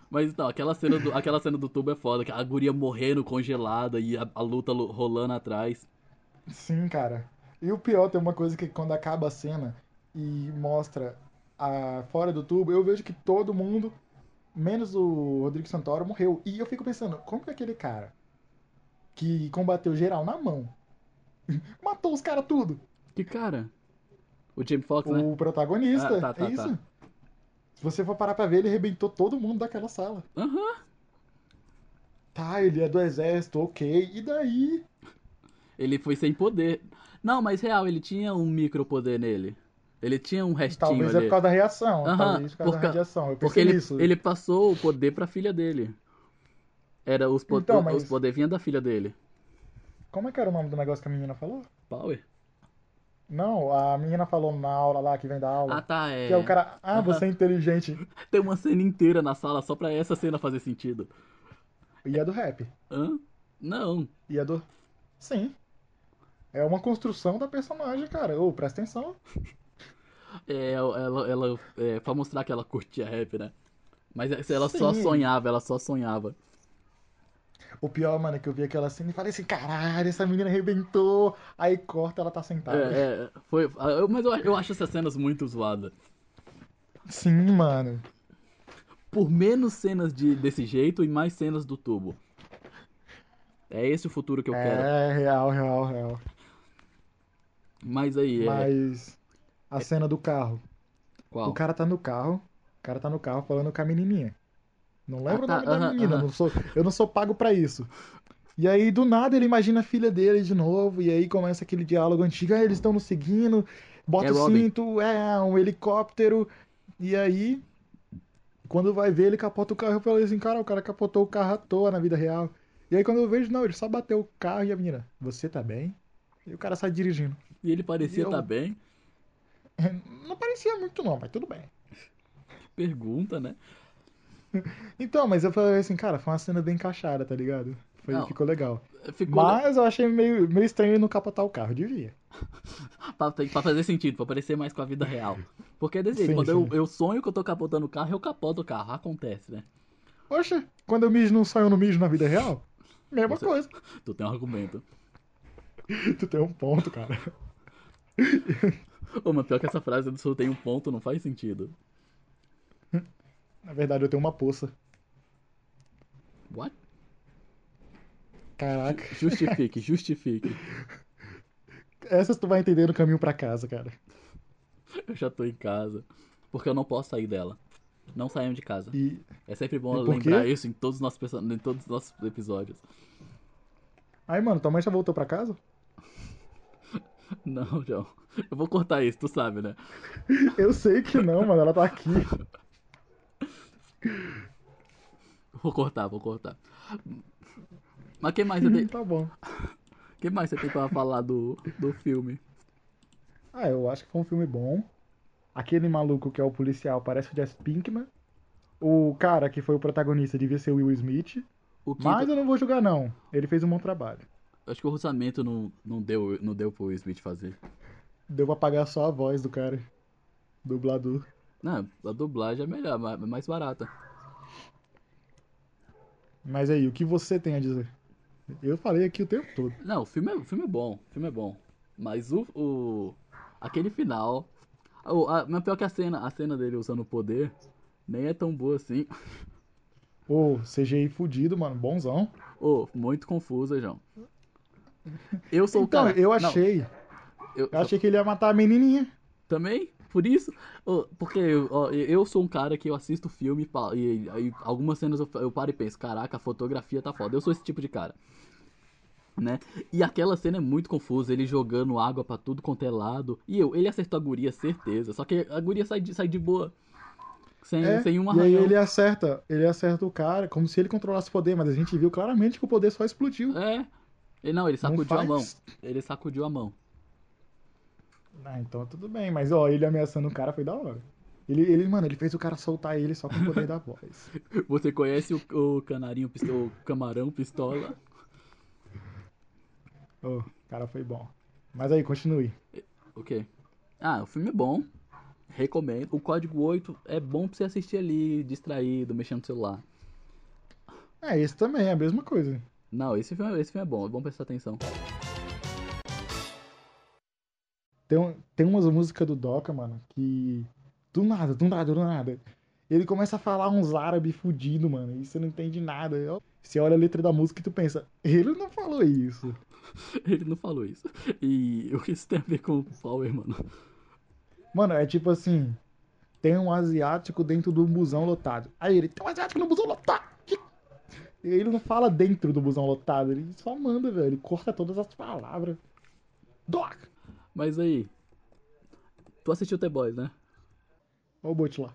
A: Mas então, aquela cena do, aquela cena do tubo é foda, que a guria morrendo congelada e a, a luta lo- rolando atrás.
B: Sim, cara. E o pior, tem uma coisa que quando acaba a cena e mostra a fora do tubo, eu vejo que todo mundo, menos o Rodrigo Santoro, morreu. E eu fico pensando, como que aquele cara que combateu geral na mão, matou os caras tudo,
A: Que cara? O Jamie Foxx, né?
B: o protagonista,
A: Ah, tá, tá,
B: é isso?
A: tá.
B: Se você for parar pra ver, ele arrebentou todo mundo daquela sala.
A: Aham.
B: Tá, ele é do exército, ok. E daí?
A: Ele foi sem poder. Não, mas real, ele tinha um micro poder nele. Ele tinha um restinho
B: Talvez é
A: ali.
B: por causa da reação,
A: Aham,
B: talvez por causa
A: por
B: da
A: ca-
B: radiação. Eu
A: Porque
B: pensei
A: ele,
B: nisso.
A: ele passou o poder pra filha dele. Era os, po
B: Então,
A: o-
B: mas-
A: os poder vinha da filha dele.
B: Como é que era o nome do negócio que a menina falou?
A: Power?
B: Não, a menina falou na aula lá, que vem da aula.
A: Ah, tá, é.
B: Que é o cara, ah,
A: Aham.
B: você é inteligente.
A: Tem uma cena inteira na sala só pra essa cena fazer sentido.
B: E é do rap.
A: Hã? Não.
B: E é do. Sim. É uma construção da personagem, cara. Ô, presta atenção.
A: É, ela, ela, é, pra mostrar que ela curtia rap, né? Mas ela só
B: Sim.
A: sonhava, ela só sonhava.
B: O pior, mano, é que eu vi aquela cena e falei assim: caralho, essa menina arrebentou. Aí corta, ela tá sentada.
A: É, é, foi, ah, eu- mas eu, eu acho essas cenas muito zoadas.
B: Sim, mano.
A: Por menos cenas de, desse jeito e mais cenas do tubo. É esse o futuro que eu quero.
B: É, real, real, real.
A: Mas aí, é,
B: Mas a cena do carro.
A: qual?
B: O cara tá no carro, o cara tá no carro falando com a menininha. Não lembro
A: Ah, tá,
B: o nome da
A: aham,
B: menina,
A: aham.
B: não sou, eu não sou pago pra isso. E aí, do nada, ele imagina a filha dele de novo, e aí começa aquele diálogo antigo, ah, eles estão nos seguindo, bota
A: É
B: o
A: Robin.
B: cinto, é um helicóptero, e aí, quando vai ver, ele capota o carro, eu falei assim, cara, o cara capotou o carro à toa na vida real. E aí, quando eu vejo, não, ele só bateu o carro e a menina, você tá bem? E o cara sai dirigindo.
A: E ele parecia
B: eu-
A: tá bem?
B: Não parecia muito não, mas tudo bem.
A: Pergunta, né?
B: Então, mas eu falei assim, cara, foi uma cena bem encaixada, tá ligado? Foi,
A: Não.
B: ficou legal.
A: Ficou
B: Mas eu achei meio, meio estranho ele não capotar o carro, devia.
A: pra, pra fazer sentido, pra parecer mais com a vida real. Porque é desse jeito,
B: Sim,
A: quando eu,
B: sim.
A: eu sonho que eu tô capotando o carro, eu capoto o carro. Acontece, né?
B: Poxa, quando eu mijo num sonho, eu não mijo na vida real? Mesma
A: Você-
B: coisa.
A: Tu tem um argumento.
B: Tu tem um ponto, cara.
A: Ô, mas pior que essa frase do só tem um ponto, não faz sentido.
B: Na verdade, eu tenho uma poça.
A: What?
B: Caraca.
A: Justifique, justifique.
B: Essas tu vai entender no caminho pra casa, cara.
A: Eu já tô em casa. Porque eu não posso sair dela. Não saiam de casa.
B: E
A: É sempre bom
B: E por
A: lembrar
B: quê?
A: isso em todos os nossos, person- em todos os nossos episódios.
B: aí, mano, tua mãe já voltou pra casa?
A: Não, João. Eu vou cortar isso, tu sabe, né?
B: Eu sei que não, mano, ela tá aqui.
A: Vou cortar, vou cortar. Mas que mais você tem,
B: Tá bom.
A: que mais você tem pra falar do, do filme?
B: Ah, eu acho que foi um filme bom. Aquele maluco que é o policial parece o Jess Pinkman. O cara que foi o protagonista devia ser o Will Smith.
A: O quinto,
B: Mas eu não vou julgar, não. Ele fez um bom trabalho.
A: acho que o orçamento não, não deu não deu pro Will Smith fazer.
B: Deu pra pagar só a voz do cara. Dublador.
A: Não, a dublagem é melhor, ma- mais barata.
B: Mas aí, o que você tem a dizer? Eu falei aqui o tempo todo.
A: Não, o filme é, o filme é bom, o filme é bom. Mas o. o- aquele final. O, a, mas pior que a cena, a cena dele usando o poder nem é tão boa assim.
B: Ô, CGI fudido, mano. Bonzão.
A: Ô, muito confusa, João. Eu sou
B: Então,
A: o cara.
B: eu
A: Não,
B: achei.
A: eu-
B: Eu achei que ele ia matar a menininha.
A: Também? Por isso? Ô, Porque eu, ó, eu sou um cara que eu assisto filme e pa- e aí algumas cenas eu, eu paro e penso, caraca, a fotografia tá foda. Eu sou esse tipo de cara. Né? E aquela cena é muito confusa, ele jogando água pra tudo quanto é lado. E eu, ele acertou a guria, certeza. Só que a guria sai de, sai de boa. Sem,
B: É,
A: sem um
B: e aí
A: arranhão.
B: ele acerta. Ele acerta o cara, como se ele controlasse o poder. Mas a gente viu claramente que o poder só explodiu.
A: É. Ele, não, ele
B: Não
A: sacudiu a
B: faz-
A: mão. Ele sacudiu a mão.
B: Ah, então tudo bem. Mas, ó, ele ameaçando o cara foi da hora. Ele, ele, mano, ele fez o cara soltar ele só com o poder da voz.
A: Você conhece o, o canarinho, pisto- o camarão, pistola?
B: Ô, o cara foi bom. Mas aí, continue.
A: O quê? Ah, o um filme é bom. Recomendo. O código 8 é bom pra você assistir ali, distraído, mexendo no celular.
B: É, esse também é a mesma coisa.
A: Não, esse filme, esse filme é bom, é bom prestar atenção.
B: Tem, um- tem umas músicas do Doca, mano, que. Do nada, do nada, do nada. Ele começa a falar uns árabe fudido, mano, e você não entende nada. Eu- Você olha a letra da música e tu pensa, ele não falou isso.
A: Ele não falou isso. E o que isso tem a ver com o Power, mano?
B: Mano, é tipo assim: tem um asiático dentro do busão lotado. Aí ele, tem um asiático no busão lotado! E ele não fala dentro do busão lotado, ele só manda, velho. Ele corta todas as palavras. Doc!
A: Mas aí. Tu assistiu The Boys, né?
B: Olha o bot lá.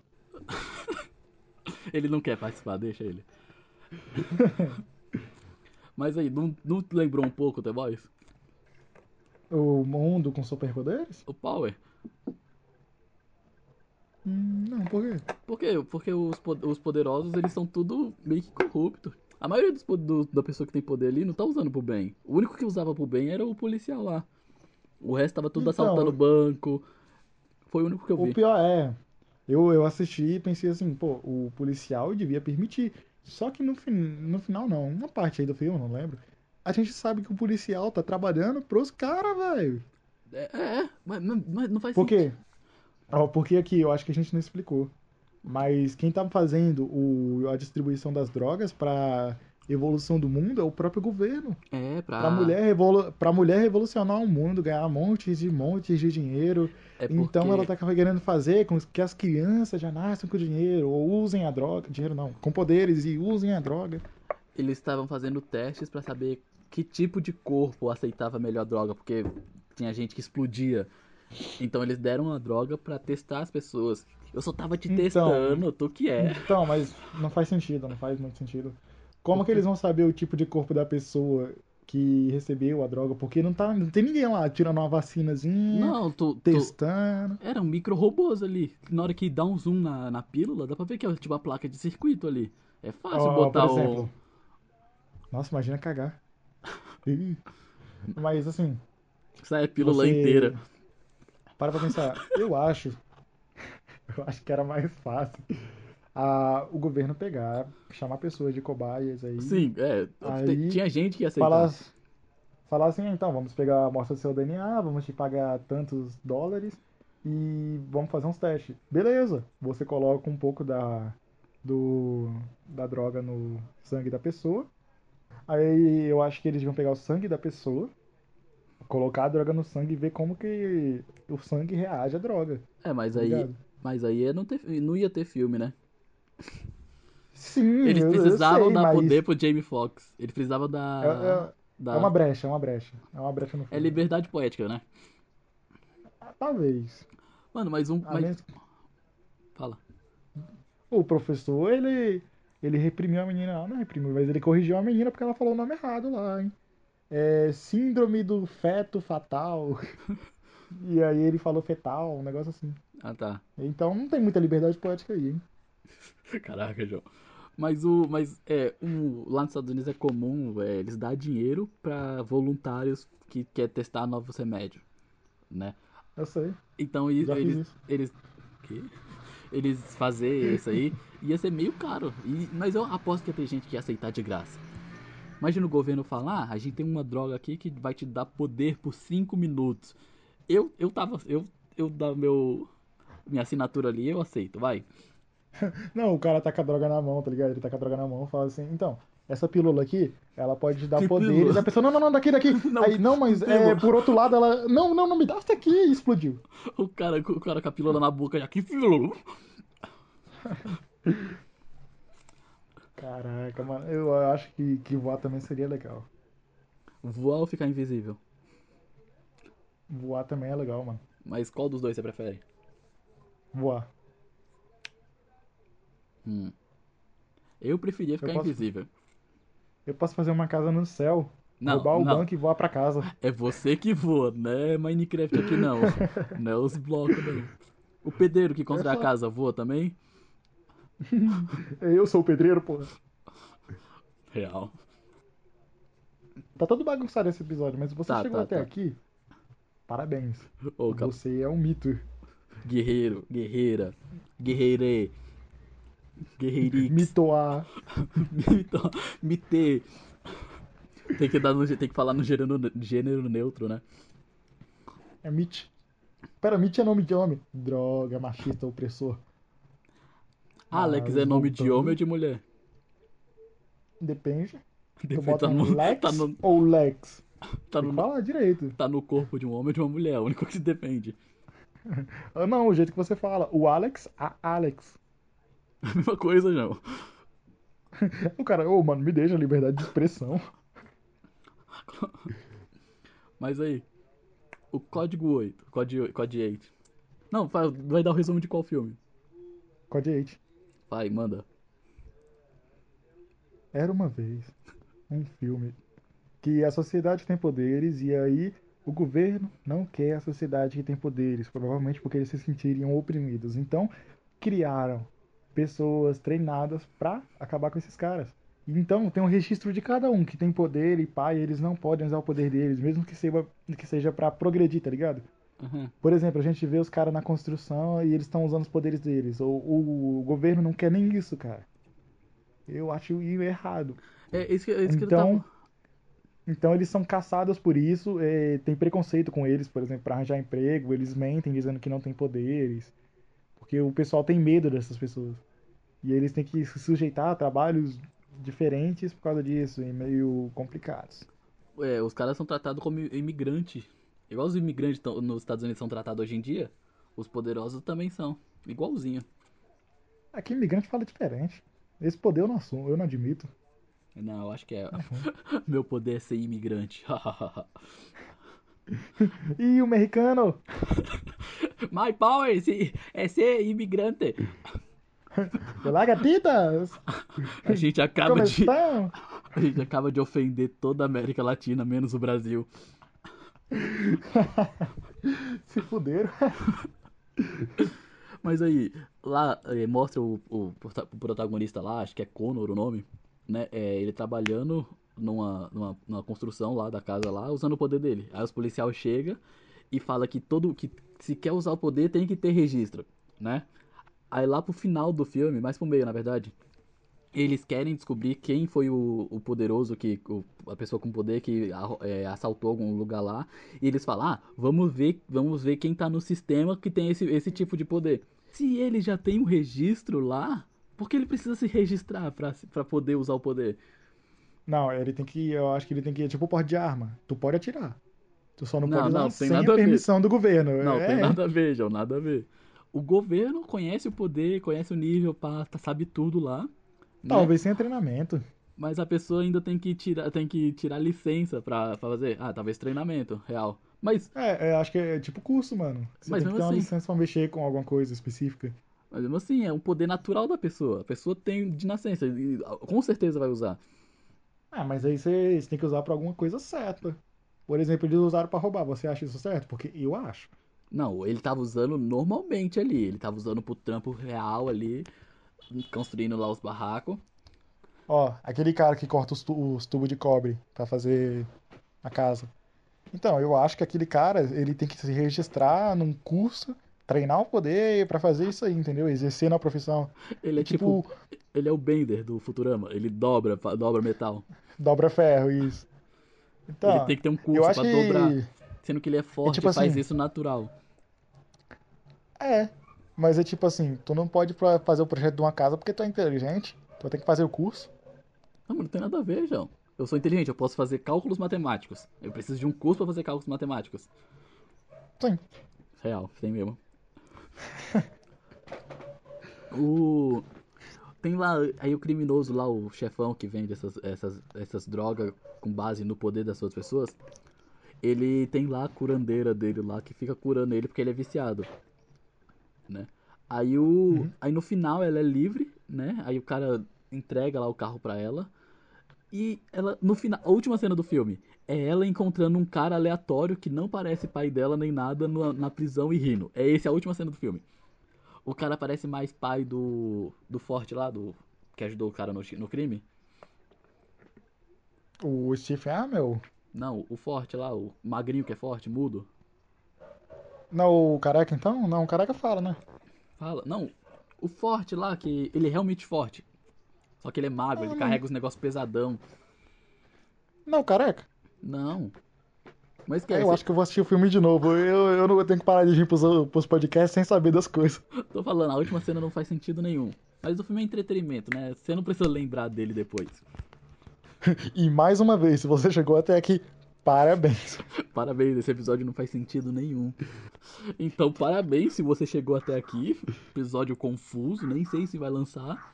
A: Ele não quer participar, deixa ele. Mas aí, não, não te lembrou um pouco o The Boys?
B: O mundo com superpoderes?
A: O Power?
B: Hum, não, por quê?
A: Por quê? Porque os, po- os poderosos, eles são tudo meio que corrupto. A maioria dos, po- do- da pessoa que tem poder ali não tá usando pro bem. O único que usava pro bem era o policial lá. O resto tava tudo
B: Então-
A: assaltando banco. Foi o único que eu
B: O
A: vi.
B: pior é, eu, eu assisti e pensei assim, pô, o policial devia permitir. Só que no, fin no final, não, uma parte aí do filme, não lembro. A gente sabe que o policial tá trabalhando pros caras, velho.
A: É, é, é. Mas, mas- mas então não faz
B: Por
A: sentido.
B: quê? Ó, porque aqui, eu acho que a gente não explicou. Mas quem tá fazendo o, a distribuição das drogas pra evolução do mundo é o próprio governo.
A: É, pra...
B: Pra, mulher, revolu pra mulher revolucionar o mundo, ganhar montes e montes de dinheiro.
A: É porque...
B: Então ela tá querendo fazer com que as crianças já nasçam com dinheiro, ou usem a droga, dinheiro não, com poderes e usem a droga.
A: Eles estavam fazendo testes pra saber que tipo de corpo aceitava melhor a droga, porque tinha gente que explodia. Então eles deram a droga pra testar as pessoas. Eu só tava te
B: Então-
A: testando, tu que é.
B: Então, mas não faz sentido, não faz muito sentido. Como que eles vão saber o tipo de corpo da pessoa que recebeu a droga? Porque não, tá, não tem ninguém lá tirando uma vacinazinha,
A: Não, tu, tu-
B: testando.
A: Eram micro-robôs ali. Na hora que dá um zoom na, na pílula, dá pra ver que é tipo a placa de circuito ali. É fácil
B: Ó,
A: botar
B: por
A: o.
B: exemplo. Nossa, imagina cagar. Ih. Mas assim,
A: Sai é a pílula
B: Você-
A: inteira.
B: Para pra pensar, eu acho, eu acho que era mais fácil ah, o governo pegar, chamar pessoas de cobaias aí,
A: Sim, é.
B: Aí-
A: Tinha gente que aceitava.
B: falar, falar assim, então, vamos pegar a amostra do seu DNA, vamos te pagar tantos dólares e vamos fazer uns testes. Beleza, você coloca um pouco da, do, da droga no sangue da pessoa, aí eu acho que eles vão pegar o sangue da pessoa, colocar a droga no sangue e ver como que o sangue reage à droga.
A: É, mas
B: tá
A: aí.
B: ligado?
A: Mas aí eu não, ter- não ia ter filme, né?
B: Sim,
A: Eles
B: Hum, eu,
A: precisavam
B: eu sei,
A: dar
B: mas
A: poder pro Jamie Foxx. Eles precisavam da.
B: É, é-
A: da...
B: é uma brecha, é uma brecha. É uma brecha no
A: é
B: filme.
A: liberdade poética, né?
B: Talvez.
A: Mano, mas um.
B: A
A: Mas...
B: menos-
A: Fala.
B: O professor, ele, ele reprimiu a menina. Não reprimiu, mas ele corrigiu a menina porque ela falou o nome errado lá, hein? É síndrome do feto fatal. e aí ele falou fetal, um negócio assim.
A: Ah, tá.
B: Então não tem muita liberdade poética aí, hein?
A: Caraca, João. Mas o. Mas é. Um, lá nos Estados Unidos é comum, é, eles dão dinheiro pra voluntários que quer testar novos remédios. Né?
B: Eu sei,
A: Então e-
B: já fiz
A: eles.
B: isso.
A: Eles. quê? Eles fazer isso aí ia ser meio caro. E- mas eu aposto que ia ter gente que ia aceitar de graça. Imagina o governo falar, "Ah, a gente tem uma droga aqui que vai te dar poder por 5 minutos. Eu, eu tava. Eu, eu dar meu. Minha assinatura ali, eu aceito, vai.
B: Não, o cara tá com a droga na mão, tá ligado? Ele tá com a droga na mão e fala assim, então, essa pílula aqui, ela pode te dar
A: Que
B: poderes.
A: pílula?
B: A pessoa, não, não, não, daqui, daqui.
A: Não,
B: Aí, não, mas é,
A: pílula.
B: por outro lado, ela. Não, não, não me dá essa daqui e explodiu.
A: O cara, o cara com a pílula na boca já que pílula.
B: Caraca, mano, eu acho que, que voar também seria legal.
A: Voar ou ficar invisível?
B: Voar também é legal, mano.
A: Mas qual dos dois você prefere?
B: Voar.
A: Hum. Eu preferia ficar
B: posso-
A: invisível.
B: Eu posso fazer uma casa no céu,
A: Não,
B: roubar o
A: não.
B: banco e voar pra casa.
A: É você que voa, né? Minecraft aqui não. não é os blocos, não. O pedreiro que
B: É
A: constrói a casa voa também?
B: Eu sou o pedreiro, porra.
A: Real.
B: Tá todo bagunçado esse episódio, mas se você
A: Tá,
B: chegou
A: tá,
B: até
A: tá.
B: aqui, parabéns.
A: Ô, Cap-
B: Você é um mito.
A: Guerreiro, guerreira, guerreire, guerreirix,
B: Mitoá.
A: mito- mite. Tem que, dar no, tem que falar no gênero, gênero neutro, né?
B: É Mitch. Pera, Mitch é nome de homem. Droga, machista, opressor.
A: Alex
B: Ah,
A: é nome de
B: voltando.
A: homem ou de mulher?
B: Depende. Tu
A: Depende,
B: bota
A: tá no,
B: Lex
A: tá, no,
B: ou Lex?
A: tá,
B: Tem que
A: no,
B: falar direito.
A: tá no corpo de um homem ou de uma mulher, é o único que depende.
B: Ah, Não, o jeito que você fala. O Alex, a Alex.
A: A mesma coisa, não.
B: O cara, ô, mano, me deixa a liberdade de expressão.
A: Mas aí, o código 8, código, oi- código 8. Não, fa- vai dar o resumo de qual filme?
B: Code 8.
A: Vai, manda.
B: Era uma vez um filme que a sociedade tem poderes e aí o governo não quer a sociedade que tem poderes, provavelmente porque eles se sentiriam oprimidos. Então criaram pessoas treinadas pra acabar com esses caras. Então tem um registro de cada um que tem poder e pai, eles não podem usar o poder deles, mesmo que seja, que seja para progredir, tá ligado?
A: Aham.
B: Por exemplo, a gente vê os caras na construção e eles estão usando os poderes deles. Ou, ou o governo não quer nem isso, cara. Eu acho i- errado.
A: É isso que, é isso que eu
B: Então,
A: tava...
B: então eles são caçados por isso, eh, tem preconceito com eles, por exemplo, para arranjar emprego, eles mentem dizendo que não tem poderes, porque o pessoal tem medo dessas pessoas. E eles têm que se sujeitar a trabalhos diferentes por causa disso, e meio complicados.
A: É, os caras são tratados como imigrante. Igual os imigrantes tão- nos Estados Unidos são tratados hoje em dia, os poderosos também são. Igualzinho.
B: Aqui imigrante fala diferente. Esse poder eu não assumo, eu não admito.
A: Não, eu acho que é... Meu poder é ser imigrante.
B: E o americano?
A: My power is- é ser imigrante.
B: Olá, gatitas!
A: A gente acaba
B: Como
A: de...
B: estão?
A: A gente acaba de ofender toda a América Latina, menos o Brasil.
B: Se fuderam.
A: Mas aí, lá eh, mostra o, o prota- o protagonista lá, acho que é Connor o nome, né? É, ele trabalhando numa, numa, numa construção lá da casa lá, usando o poder dele. Aí os policiais chegam e fala que todo que se quer usar o poder tem que ter registro, né? Aí lá pro final do filme, mais pro meio, na verdade, eles querem descobrir quem foi o, o poderoso que o- a pessoa com poder que arro- eh, assaltou algum lugar lá. E eles falam: "Ah, vamos ver, vamos ver quem tá no sistema que tem esse, esse tipo de poder". Se ele já tem um registro lá, por que ele precisa se registrar pra se- pra poder usar o poder?
B: Não, ele tem que. Eu acho que ele tem que. Tipo, porte de arma. Tu pode atirar. Tu só não,
A: Não,
B: pode usar
A: não, tem
B: sem
A: nada a ver.
B: permissão do governo.
A: Não,
B: é,
A: tem nada a ver, João, nada a ver. O governo conhece o poder, conhece o nível, pá, tá- sabe tudo lá. né?
B: Talvez sem treinamento.
A: Mas a pessoa ainda tem que tirar, tem que tirar licença pra, pra fazer. Ah, talvez treinamento, real. Mas,
B: É, é, acho que é tipo curso, mano. Você
A: Mas
B: tem que
A: mesmo
B: ter uma
A: assim.
B: licença pra mexer com alguma coisa específica.
A: mas mesmo assim, é um poder natural da pessoa. A pessoa tem de nascença e ah, com certeza vai usar.
B: Ah, mas aí você, você tem que usar pra alguma coisa certa. Por exemplo, eles usaram pra roubar. Você acha isso certo? Porque eu acho.
A: Não, ele tava usando normalmente ali. Ele tava usando pro trampo real ali, construindo lá os barracos.
B: Ó, aquele cara que corta os, tu- os tubos de cobre pra fazer a casa. Então, eu acho que aquele cara, ele tem que se registrar num curso, treinar o poder pra fazer isso aí, entendeu? Exercer na profissão.
A: Ele é tipo,
B: Tipo,
A: ele é o Bender do Futurama. Ele dobra, fa- dobra metal.
B: dobra ferro, isso.
A: ele
B: Então,
A: tem que ter um curso
B: eu acho
A: pra
B: que
A: dobrar. Sendo que ele é forte
B: tipo
A: e faz
B: assim-
A: isso natural.
B: é, mas é tipo assim, tu não pode pra- fazer o projeto de uma casa porque tu é inteligente, tu tem que fazer o curso.
A: Não, mas não tem nada a ver, João. Eu sou inteligente, eu posso fazer cálculos matemáticos. Eu preciso de um curso pra fazer cálculos matemáticos.
B: Sim.
A: Real, tem mesmo. o. Tem lá, aí o criminoso lá, o chefão que vende essas, essas, essas drogas com base no poder das outras pessoas. Ele tem lá a curandeira dele lá que fica curando ele porque ele é viciado. Né? Aí o. Aí no final ela é livre, né? Aí o cara entrega lá o carro pra ela. E ela, no final, a última cena do filme é ela encontrando um cara aleatório que não parece pai dela nem nada no- na prisão e rindo. É essa a última cena do filme. O cara parece mais pai do. do Forte lá, do. que ajudou o cara no, chi- no crime.
B: O Stephen, ah, meu,
A: Não, o Forte lá, o magrinho que é forte, mudo.
B: Não, o careca então? Não, o careca fala, né?
A: Fala. Não, o forte lá, que ele é realmente forte. Só que ele é magro, ele carrega os negócios pesadão.
B: Não, o careca.
A: Não. Mas
B: É,
A: esquece.
B: eu acho que eu vou assistir o filme de novo. Eu, eu não tenho que parar de vir pros, pros podcasts sem saber das coisas.
A: Tô falando, a última cena não faz sentido nenhum. Mas o filme é entretenimento, né? Você não precisa lembrar dele depois.
B: E mais uma vez, se você chegou até aqui, parabéns.
A: Parabéns, esse episódio não faz sentido nenhum. Então, parabéns se você chegou até aqui. Episódio confuso, nem sei se vai lançar.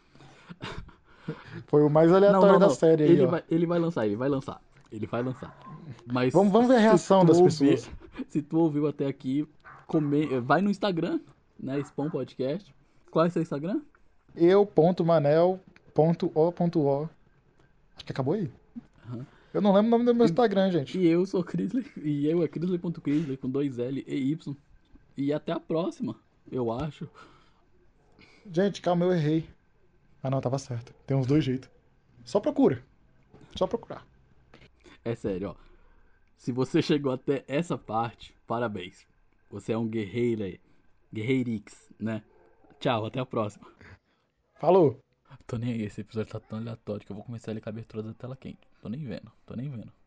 B: Foi o mais aleatório da série aí,
A: ele,
B: ó.
A: vai, ele vai lançar, ele vai lançar. Ele vai lançar. Mas
B: Vamos, vamos ver a reação
A: tu
B: das
A: ouvir-
B: pessoas.
A: Se tu ouviu até aqui, come- vai no Instagram, né? Spam Podcast. Qual é seu Instagram?
B: Eu.manel.o.o. Acho que acabou aí.
A: Aham.
B: Eu não lembro o nome do meu Instagram, gente.
A: E eu sou Crisley, e eu é Crisley.Crisley com dois L e Y. E até a próxima, eu acho.
B: Gente, calma, eu errei. Ah, não, tava certo. Tem uns dois jeitos. Só procura. Só procurar.
A: É sério, ó. Se você chegou até essa parte, parabéns. Você é um guerreiro aí. Guerreirix, né? Tchau, até a próxima.
B: Falou!
A: Tô nem aí, esse episódio tá tão aleatório que eu vou começar ele com a abertura da tela quente. Tô nem vendo, tô nem vendo.